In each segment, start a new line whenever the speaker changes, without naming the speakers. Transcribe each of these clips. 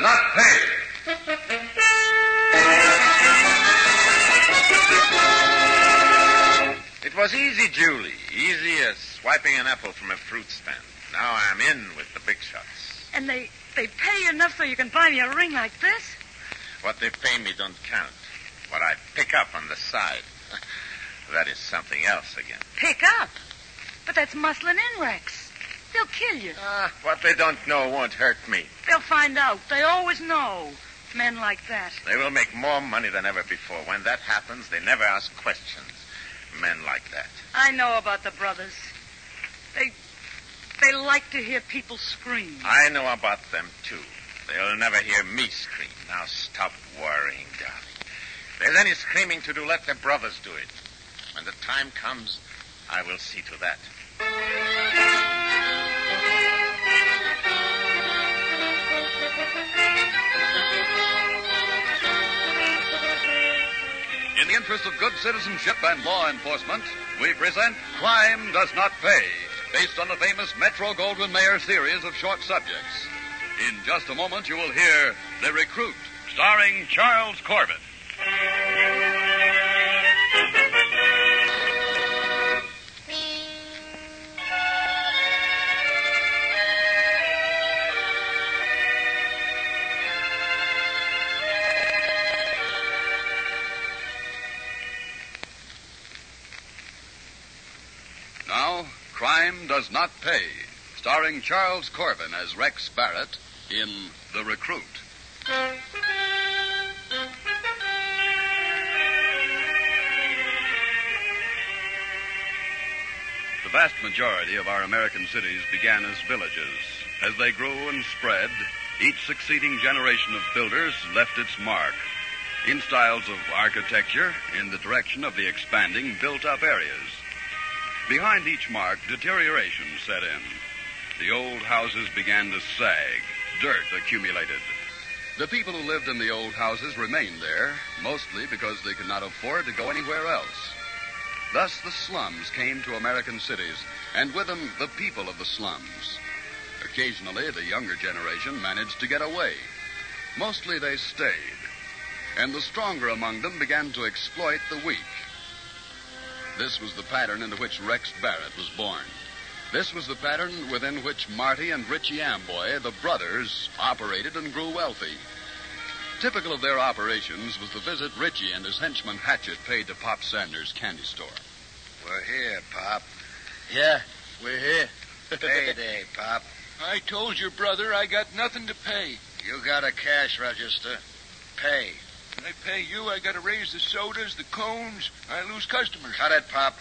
not paid. It was easy, Julie. Easy as swiping an apple from a fruit stand. Now I'm in with the big shots.
And they, they pay you enough so you can buy me a ring like this?
What they pay me don't count. What I pick up on the side, that is something else again.
Pick up. But that's muscling in, Rex. They'll kill you.
Ah, what they don't know won't hurt me.
They'll find out. They always know. Men like that.
They will make more money than ever before. When that happens, they never ask questions. Men like that.
I know about the brothers. They they like to hear people scream.
I know about them, too. They'll never hear me scream. Now stop worrying, darling. If there's any screaming to do, let the brothers do it. When the time comes, I will see to that.
In the interest of good citizenship and law enforcement, we present Crime Does Not Pay, based on the famous Metro Goldwyn Mayer series of short subjects. In just a moment, you will hear The Recruit, starring Charles Corbett. Now, Crime Does Not Pay, starring Charles Corbin as Rex Barrett in The Recruit. The vast majority of our American cities began as villages. As they grew and spread, each succeeding generation of builders left its mark in styles of architecture, in the direction of the expanding built up areas. Behind each mark, deterioration set in. The old houses began to sag, dirt accumulated. The people who lived in the old houses remained there, mostly because they could not afford to go anywhere else. Thus, the slums came to American cities, and with them, the people of the slums. Occasionally, the younger generation managed to get away. Mostly, they stayed. And the stronger among them began to exploit the weak. This was the pattern into which Rex Barrett was born. This was the pattern within which Marty and Richie Amboy, the brothers, operated and grew wealthy. Typical of their operations was the visit Richie and his henchman Hatchet paid to Pop Sanders' candy store.
We're here, Pop.
Yeah, we're here.
Payday, Pop.
I told your brother I got nothing to pay.
You got a cash register. Pay.
When I pay you, I gotta raise the sodas, the cones. I lose customers.
Cut it, Pop.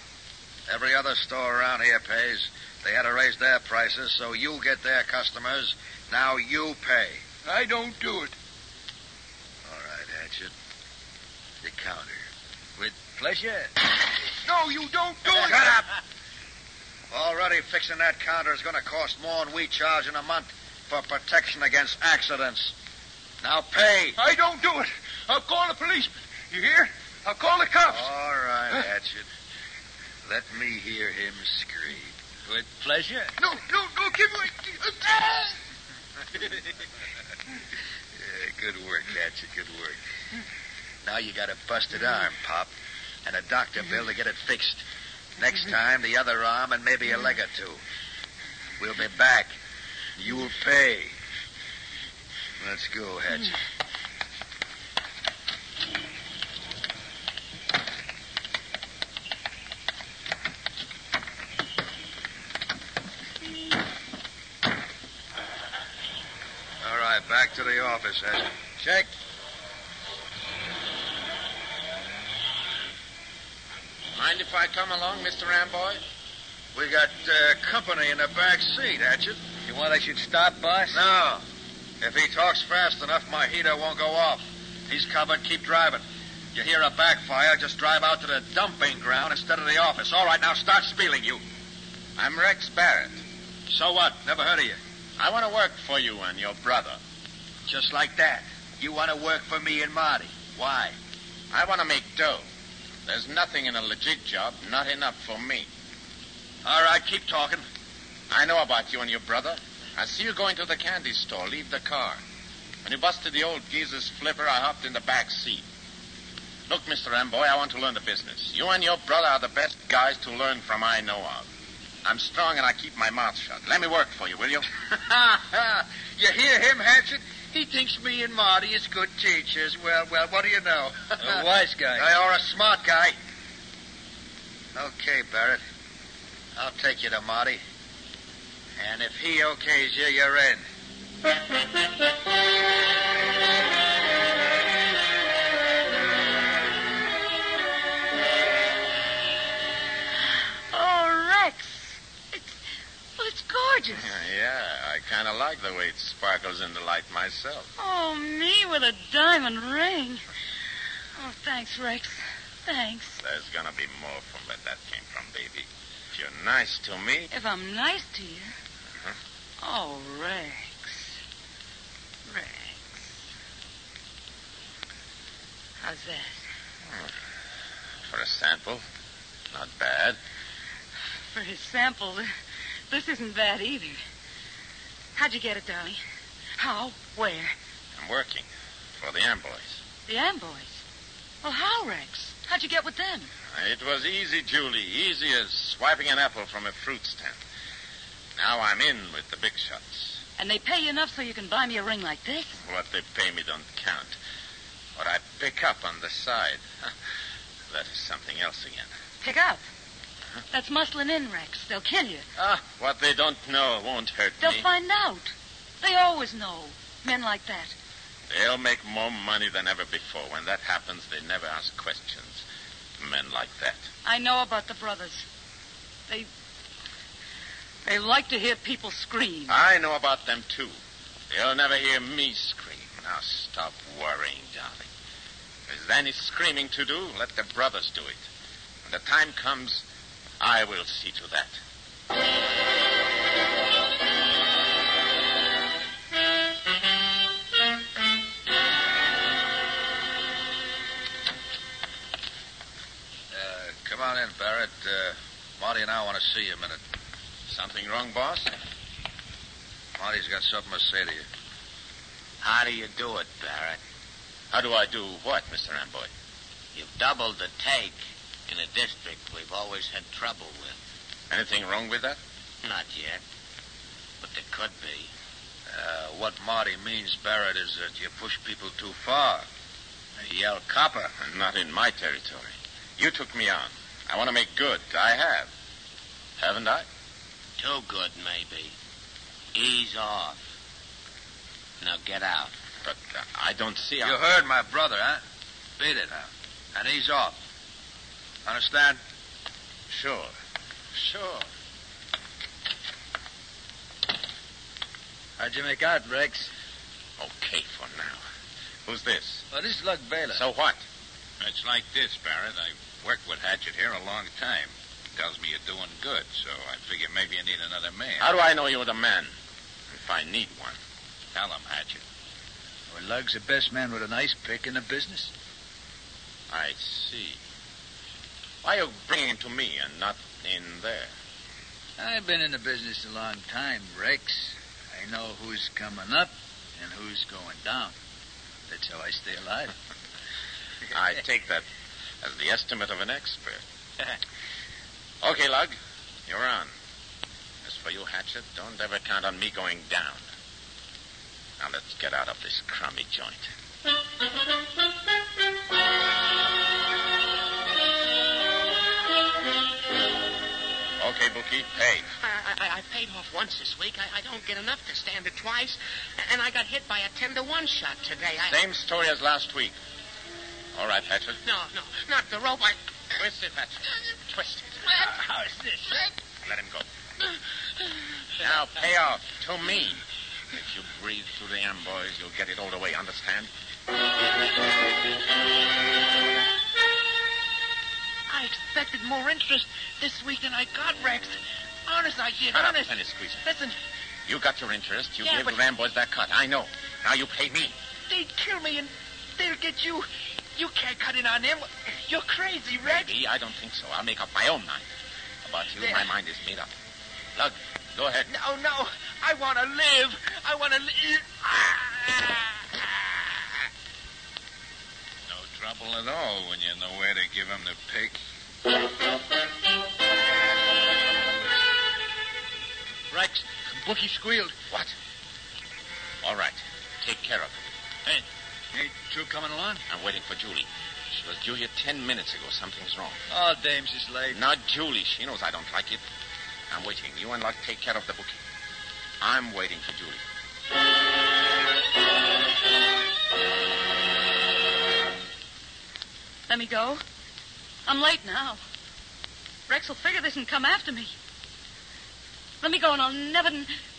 Every other store around here pays. They had to raise their prices, so you get their customers. Now you pay.
I don't do it.
All right, Hatchet. The counter. With pleasure.
No, you don't do it.
Shut up! Already fixing that counter is going to cost more than we charge in a month for protection against accidents. Now pay.
I don't do it. I'll call the policeman. You hear? I'll call the cops.
All right, Hatchet. Let me hear him scream.
With pleasure. No, no, no, give me. Ah!
Yeah, good work, Hatchet. Good work. Now you got a busted arm, Pop, and a doctor bill to get it fixed. Next time, the other arm and maybe a leg or two. We'll be back. You'll pay. Let's go, Hatchet. All right, back to the office, Hatchet. Check.
Mind if I come along, Mr. Amboy?
We got uh, company in the back seat, Hatchet.
You want I should stop, boss?
No. If he talks fast enough, my heater won't go off. He's covered. Keep driving. You hear a backfire, just drive out to the dumping ground instead of the office. All right, now start spieling, you.
I'm Rex Barrett.
So what? Never heard of you.
I want to work for you and your brother.
Just like that. You want to work for me and Marty. Why?
I want to make dough. There's nothing in a legit job, not enough for me.
All right, keep talking.
I know about you and your brother. I see you going to the candy store. Leave the car. When he busted the old geezer's flipper, I hopped in the back seat. Look, Mr. Amboy, I want to learn the business. You and your brother are the best guys to learn from I know of. I'm strong and I keep my mouth shut. Let me work for you, will you?
Ha ha! You hear him, Hatchet? He thinks me and Marty is good teachers. Well, well, what do you know?
A wise guy.
Hey, Or a smart guy. Okay, Barrett. I'll take you to Marty. And if he okays you, you're in.
Oh, Rex. It's, well, it's gorgeous.
yeah, I kind of like the way it sparkles in the light myself.
Oh, me with a diamond ring. Oh, thanks, Rex. Thanks.
There's gonna be more from where that came from, baby. If you're nice to me,
If I'm nice to you. Oh, Rex. Rex. How's that?
for a sample, not bad.
For his sample, this isn't bad either. How'd you get it, darling? How? Where?
I'm working for the Amboys.
The Amboys. Well, how, Rex? How'd you get with them?
It was easy, Julie, easy as swiping an apple from a fruit stand. Now I'm in with the big shots.
And they pay you enough so you can buy me a ring like this?
What they pay me don't count. What I pick up on the side, that is something else again.
Pick up. That's muscling in, Rex. They'll kill you.
Ah, what they don't know won't hurt
They'll
me.
find out. They always know. Men like that.
They'll make more money than ever before. When that happens, they never ask questions. Men like that.
I know about the brothers. They. They like to hear people scream.
Uh.
I know about them, too. They'll never hear me scream. Now stop worrying, darling. If there's any screaming to do, let the brothers do it. When the time comes, I will see to that.
Uh, come on in, Barrett. Uh, Marty and I want to see you a minute.
Something wrong, boss?
Marty's got something to say to you.
How do you do it, Barrett? How do I do what, Mr. Amboy?
You've doubled the take in a district we've always had trouble with.
Anything wrong with that?
Not yet, but there could be.
Uh, what Marty means, Barrett, is that you push people too far. You yell copper.
Not in my territory. You took me on. I want to make good. I have. Haven't I?
Too good, maybe. Ease off. Now get out.
But uh, I don't see
You
how.
heard my brother, huh? Beat it now. And he's off. Understand?
Sure. Sure.
How'd you make out, Rex?
Okay for now. Who's this?
Well, this is Lug Baylor.
So what?
It's like this, Barrett. I've worked with Hatchet here a long time. Tells me you're doing good, so I figure maybe you need another man.
How do I know you're the man? If I need one.
Tell him, Hatchet.
Well, Lug's the best man with an ice pick in the business.
I see. Why you bringing him to me and not in there?
I've been in the business a long time, Rex. I know who's coming up and who's going down. That's how I stay alive.
I take that as the estimate of an expert. okay, Lug. You're on. As for you, Hatchet, don't ever count on me going down. Now let's get out of this crummy joint. Okay, Bookie, pay.
I, I, I paid off once this week. I, I don't get enough to stand it twice. And I got hit by a 10 to 1 shot today. I...
Same story as last week. All right, Hatchet.
No, no, not the rope. I...
Twist it, Hatchet. Twist it.
How is this?
Let him go. Now pay off to me. If you breathe through the amboys, you'll get it all the way, understand?
I expected more interest this week than I got, Rex. Honest, I did.
Shut up,
Honest.
Penny Squeezer.
Listen,
You got your interest. You
Yeah,
gave
but-
the amboys their cut. I know. Now you pay me.
They'd kill me and they'll get you. You can't cut in on them. You're crazy, Rex.
Me? I don't think so. I'll make up my own mind. About you,
There.
my mind is made up. Lug, go ahead.
No, no. I want to live. I want to live. Ah!
at all when you know where to give him the pick.
Rex, Bookie squealed.
What? All right. Take care of him.
Hey, ain't you coming along?
I'm waiting for Julie. She was due here ten minutes ago. Something's wrong.
Oh, damn, she's late.
Not Julie. She knows I don't like it. I'm waiting. You and Luck take care of the bookie. I'm waiting for Julie.
Let me go. I'm late now. Rex will figure this and come after me. Let me go, and I'll never,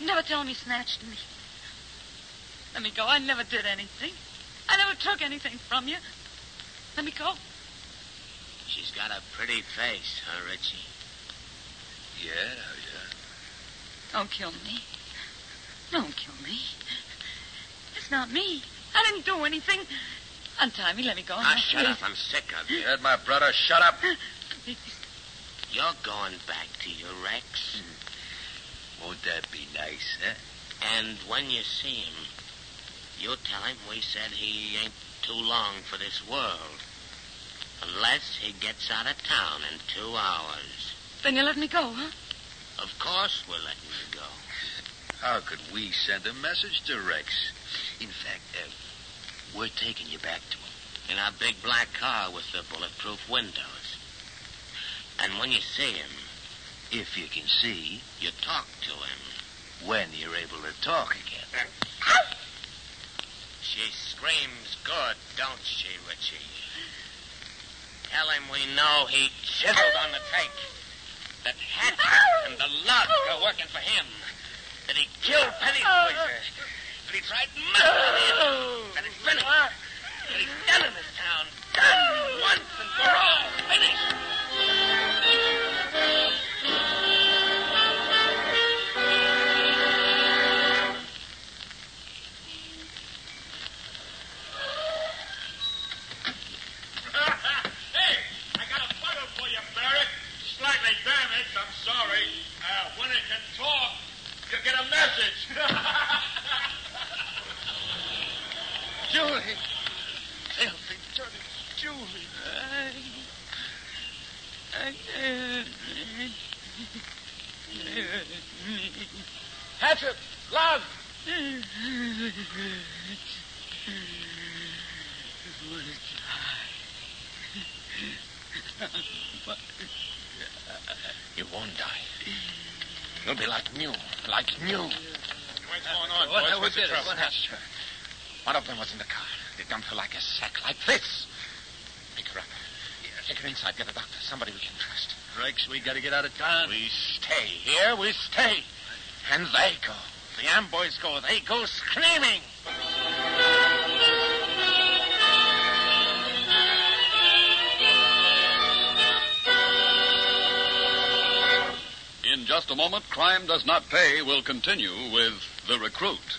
never tell him he snatched me. Let me go. I never did anything. I never took anything from you. Let me go.
She's got a pretty face, huh, Richie?
Yeah, yeah.
Don't kill me. Don't kill me. It's not me. I didn't do anything. Untie me. Let me go.
Now, Ah, shut up. I'm sick of you.
You heard my brother? Shut up.
You're going back to your Rex.
Won't that be nice, huh?
And when you see him, you tell him we said he ain't too long for this world. Unless he gets out of town in two hours.
Then you let me go, huh?
Of course we're letting you go.
How could we send a message to Rex? In fact, uh, we're taking you back to him.
In our big black car with the bulletproof windows. And when you see him,
If you can see
you talk to him.
when you're able to talk again.
She screams good, don't she, Richie? Tell him we know he chiseled on the tank. That Hatch and the lug are working for him. That he killed Pennypoiser. That he tried murder on him. That it's finished. That he's done in this town. Done once and for all. Finished.
hey, I got a photo for you, Barrett. Slightly damaged, I'm sorry. Uh, when it can talk, you get a message.
Julie. Filthy, dirty Julie.
Hatchet, love.
You won't die. You'll be like new. Like new.
What's going on,
What-
boys?
what
What's the
did it?
trouble?
What happened?
One of them was in the car. They dumped her like a sack, like this. Pick her up. Take her inside. Get a doctor. Somebody we can trust.
Rex, we gotta get out of town.
We stay here. We stay. And they go. The Amboys go. They go screaming.
In just a moment, Crime Does Not Pay will continue with The Recruit.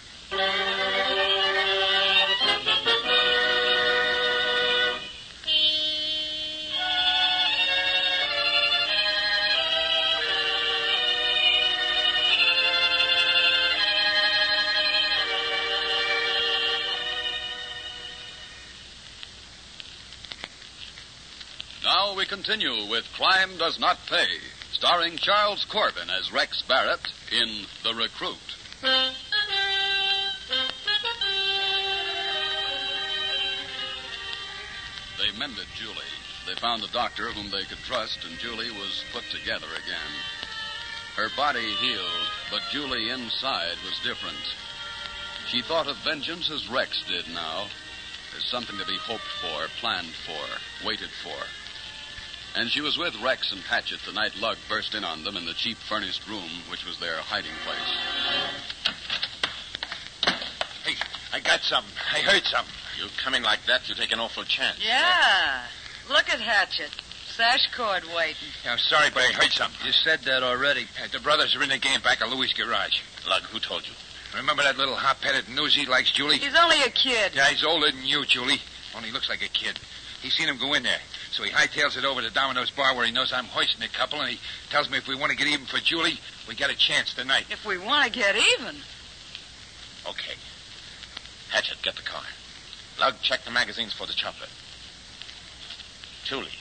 Now we continue with Crime Does Not Pay, starring Charles Corbin as Rex Barrett in The Recruit. They mended Julie. They found a doctor whom they could trust, and Julie was put together again. Her body healed, but Julie inside was different. She thought of vengeance as Rex did now, as something to be hoped for, planned for, waited for. And she was with Rex and Hatchet the night Lug burst in on them in the cheap furnished room, which was their hiding place.
Hey, I got something. I heard something. You come in like that, you take an awful chance.
Yeah. Look at Hatchet. Sash cord waiting.
I'm sorry, but I heard something. You said that already. The brothers are in the game back at Louis' garage.
Lug, who told you?
Remember that little hot-headed newsy likes Julie?
He's only a kid.
Yeah, he's older than you, Julie. Only looks like a kid. He's seen him go in there. So he hightails it over to Domino's bar where he knows I'm hoisting a couple, and he tells me if we want to get even for Julie, we got a chance tonight.
If we want to get even.
Okay. Hatchet, get the car. Lug, check the magazines for the chopper. Julie,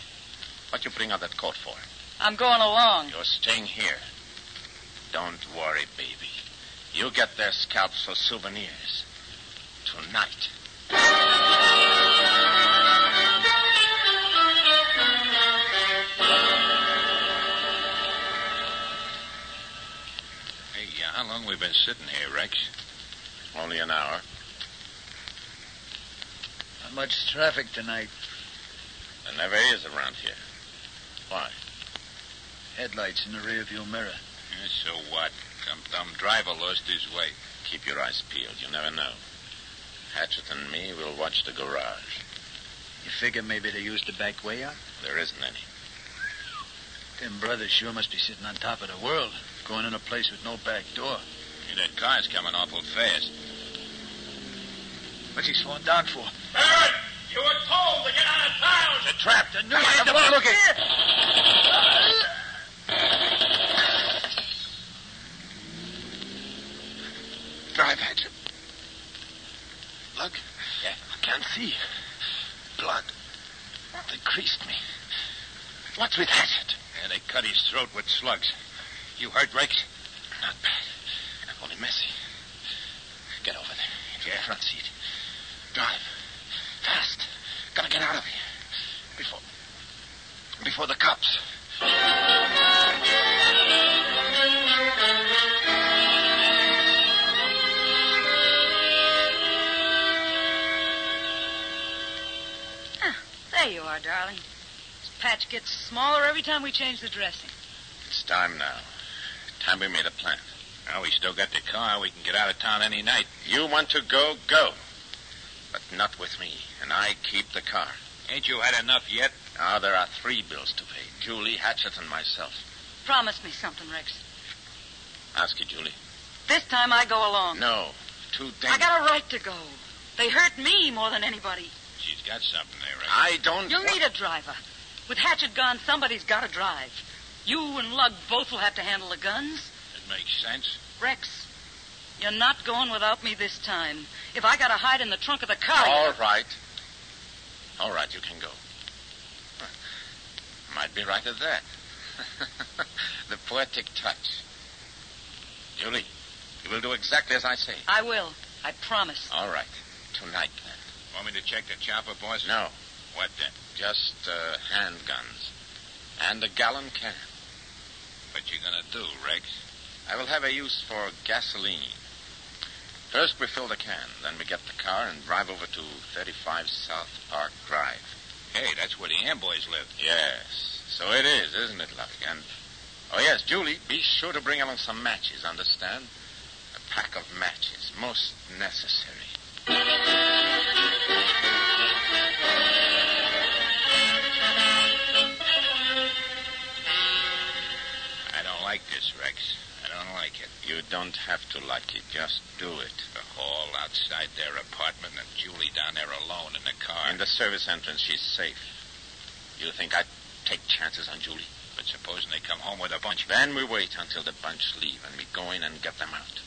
what you putting on that coat for?
I'm going along.
You're staying here. Don't worry, baby. You get their scalps for souvenirs. Tonight.
Hey, uh, how long we been sitting here, Rex?
Only an hour.
Not much traffic tonight.
There never is around here. Why?
Headlights in the rearview mirror.
Yeah, so what? Some dumb driver lost his way.
Keep your eyes peeled. You never know. Hatchet and me will watch the garage.
You figure maybe they used the back way out?
There isn't any.
Them brothers sure must be sitting on top of the world, going in a place with no back door.
Hey, that car's coming awful fast.
What's he slowing down for?
Barrett, you were told to get out of town.
It's a trap.
The new Come on, look at
Drive hatchet. Look.
Yeah.
I can't see. Blood. They creased me. What's with hatchet?
Yeah, they cut his throat with slugs. You hurt, Rex?
Not bad. Only messy. Get over there. Into
Yeah.
the front seat. Drive. Fast. Gotta get out of here. Before. Before the cops.
There you are, darling. This patch gets smaller every time we change the dressing.
It's time now. Time we made a plan.
Well, we still got the car. We can get out of town any night.
You want to go, go. But not with me. And I keep the car.
Ain't you had enough yet?
Now there are three bills to pay. Julie, Hatchet, and myself.
Promise me something, Rex.
Ask you, Julie.
This time I go along.
No. Too
I
dangerous.
got a right to go. They hurt me more than anybody.
She's got something there, Rex.
I don't.
You'll need a driver. With Hatchet gone, somebody's got to drive. You and Lug both will have to handle the guns.
It makes sense.
Rex, you're not going without me this time. If I got to hide in the trunk of the car, you-
All right. All right, you can go. Huh. Might be right at that. the poetic touch. Julie, you will do exactly as I say.
I will. I promise.
All right. Tonight, then.
Want me to check the chopper, boss?
No,
What then?
just uh, handguns. And a gallon can.
What you gonna do, Rex?
I will have a use for gasoline. First, we fill the can. Then we get the car and drive over to 35 South Park Drive.
Hey, that's where the Amboys live.
Yes. So it is, isn't it, Lucky? And oh yes, Julie, be sure to bring along some matches, understand? A pack of matches, most necessary.
I don't like this, Rex. I don't like it.
You don't have to like it, just do it.
The hall outside their apartment and Julie down there alone in the car.
In the service entrance, she's safe. You think I'd take chances on Julie?
But supposing they come home with a bunch.
Then we wait until the bunch leave and we go in and get them out.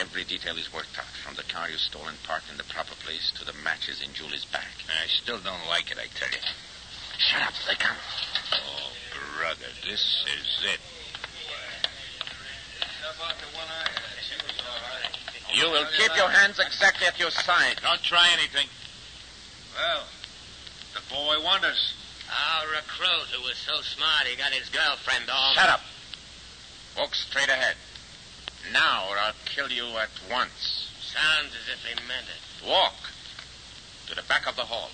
Every detail is worked out, from the car you stole and parked in the proper place to the matches in Julie's bag.
I still don't like it, I tell you.
Shut up, they come.
Oh, brother, this is it.
You will keep your hands exactly at your side.
Don't try anything.
Well, the boy wonders.
Our recruit who was so smart he got his girlfriend all.
Shut up. Walk straight ahead. Now, or I'll kill you at once.
Sounds as if he meant it.
Walk to the back of the hall.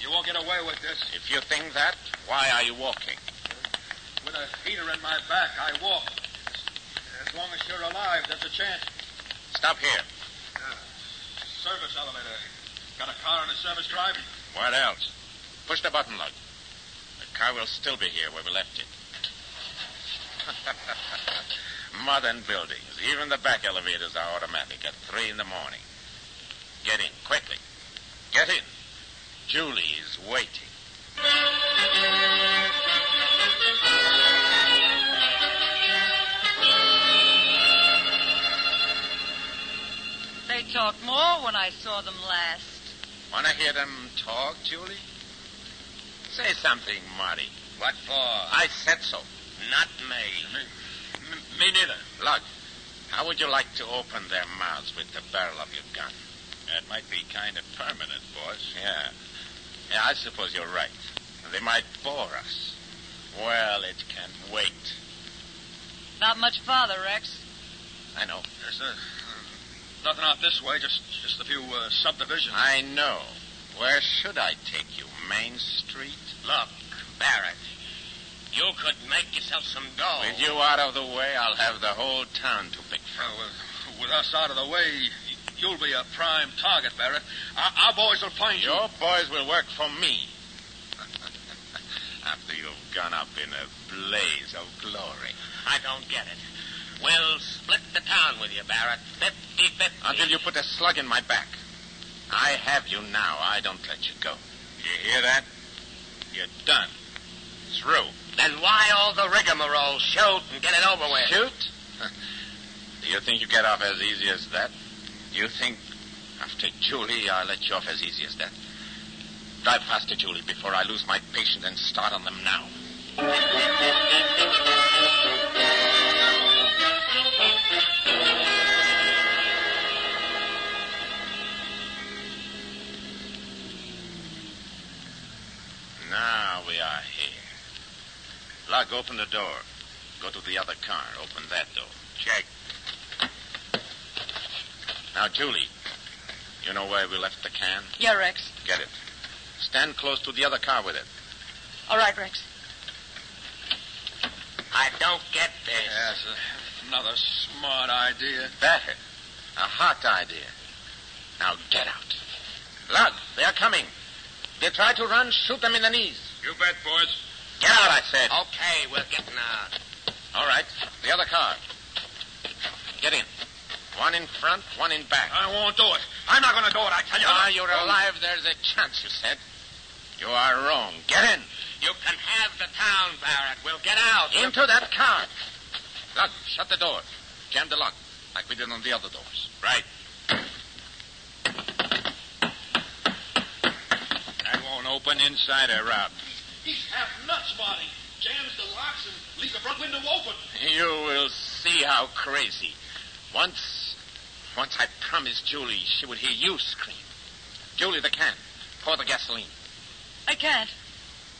You won't get away with this.
If you think that, why are you walking?
With a heater in my back, I walk. As long as you're alive, there's a chance.
Stop here.
Service elevator. Got a car and a service drive?
What else? Push the button, Lug. The car will still be here where we left it. Modern buildings. Even the back elevators are automatic at three in the morning. Get in, quickly. Get in. Julie is waiting.
They talked more when I saw them last.
Want to hear them talk, Julie? Say something, Marty.
What for?
I said so. Not me.
Me neither.
Lug, how would you like to open their mouths with the barrel of your gun?
That might be kind of permanent, boss.
Yeah. Yeah, I suppose you're right. They might bore us. Well, it can wait.
Not much farther, Rex.
I know.
There's uh, nothing out this way, just just a few uh, subdivisions.
I know. Where should I take you? Main Street?
Look, Barrett, you could make yourself some dough.
With you out of the way, I'll have the whole town to pick from.
Uh, with, with us out of the way, you'll be a prime target, Barrett. Our, our boys will find you.
Your boys will work for me. After you've gone up in a blaze of glory.
I don't get it. We'll split the town with you, Barrett. Fifty fifty.
Until you put a slug in my back. I have you now. I don't let you go. You hear that? You're done. Through.
Then why all the rigmarole? Shoot and get it over with.
Shoot? Do you think you get off as easy as that? Do you think after Julie I'll let you off as easy as that? Drive faster, Julie, before I lose my patience and start on them now. Now we are here. Lug, open the door. Go to the other car. Open that door.
Check.
Now, Julie, you know where we left the can?
Yeah, Rex.
Get it. Stand close to the other car with it.
All right, Rex.
I don't get this.
Yes, uh, another smart idea.
Better. A hot idea. Now get out. Lug, they are coming. They try to run, shoot them in the knees.
You bet, boys.
Get out, I said.
Okay, we're getting uh, out.
All right. The other car. Get in. One in front, one in back.
I won't do it. I'm not going to do it, I tell you.
While you're alive, there's a chance, you said. You are wrong. Get in.
You can have the town, Barrett. We'll get out.
Into that car. Look, shut the door. Jam the lock, like we did on the other doors.
Right.
That won't open inside or out.
He's half nuts, Marty. Jams the locks and leaves the front window open.
You will see how crazy. Once, once I promised Julie she would hear you scream. Julie, the can. Pour the gasoline.
I can't.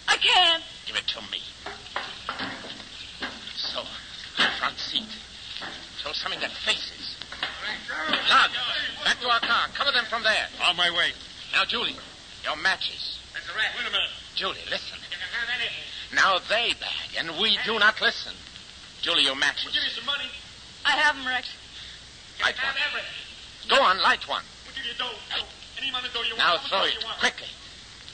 I can't.
Give it to me. So, front seat. Throw some in their faces. Lug, back to our car. Cover them from there.
On my way.
Now, Julie, your matches.
That's right.
Wait a minute.
Julie, listen.
You can have anything.
Now they bag, and we do not listen. Julie, your matches.
We'll give you some money.
I have him, Rex.
You
Light
can have
one.
everything.
Go on, light one.
We'll give you dough. dough. Any amount of dough you want.
Now
How much
throw
dough
it,
you want.
quickly.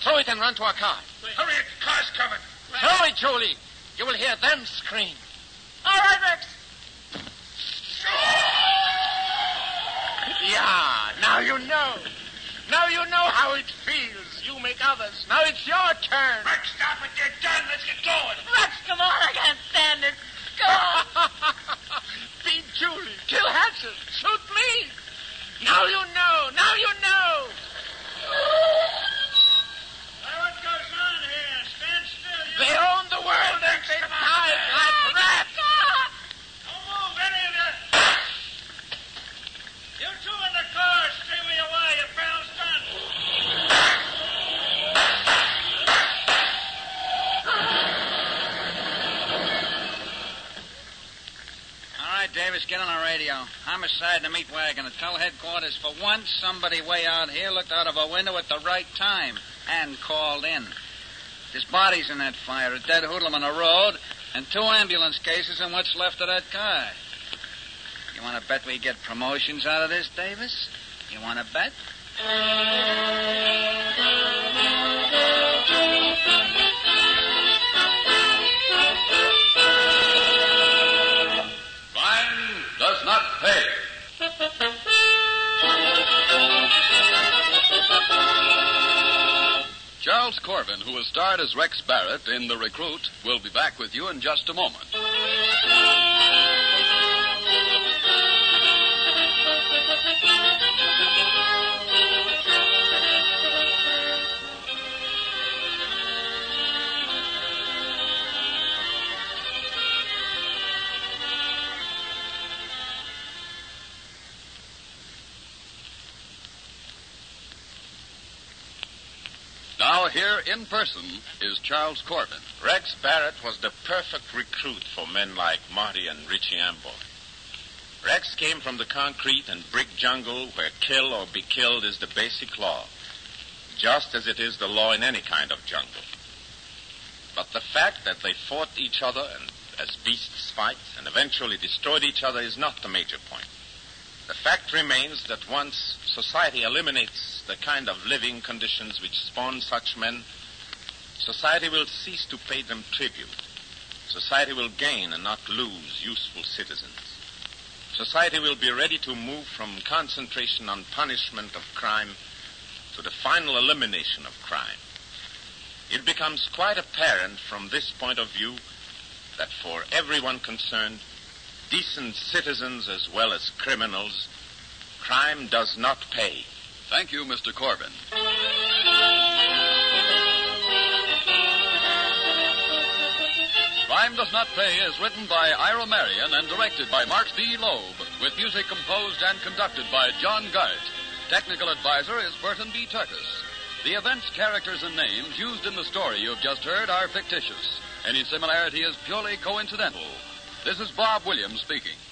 Throw it and run to our car.
Hurry, it. car's coming.
Throw it, Julie. You will hear them scream.
All right, Rex.
Yeah, now you know. Now you know how it feels. You make others. Now it's your turn.
Rick, stop it. They're done. Let's get going.
Rex, come on. I can't stand it. Go on.
Beat Julie. Kill Hatchet. Shoot me. Now you know. Now you know.
Now what goes on here? Stand still. You
They own the world and they died like rats.
Don't move, any of you. You two in the car, stay where you are. Your barrel's done.
All right, Davis, get on the radio. Homicide in the meat wagon. And tell headquarters for once somebody way out here looked out of a window at the right time and called in. There's bodies in that fire, a dead hoodlum on the road, and two ambulance cases in what's left of that car. You want to bet we get promotions out of this, Davis? You want to bet?
Crime does not pay. Charles Corbin, who has starred as Rex Barrett in The Recruit, will be back with you in just a moment. Now, here in person is Charles Corbin.
Rex Barrett was the perfect recruit for men like Marty and Richie Amble. Rex came from the concrete and brick jungle where kill or be killed is the basic law, just as it is the law in any kind of jungle. But the fact that they fought each other and as beasts fight and eventually destroyed each other is not the major point. The fact remains that once society eliminates the kind of living conditions which spawn such men, society will cease to pay them tribute. Society will gain and not lose useful citizens. Society will be ready to move from concentration on punishment of crime to the final elimination of crime. It becomes quite apparent from this point of view that for everyone concerned, decent citizens as well as criminals, crime does not pay.
Thank you, Mr. Corbin. Crime Does Not Pay is written by Ira Marion and directed by Mark B. Loeb, with music composed and conducted by John Gart. Technical advisor is Burton B. Turkis. The events, characters, and names used in the story you've just heard are fictitious. Any similarity is purely coincidental. This is Bob Williams speaking.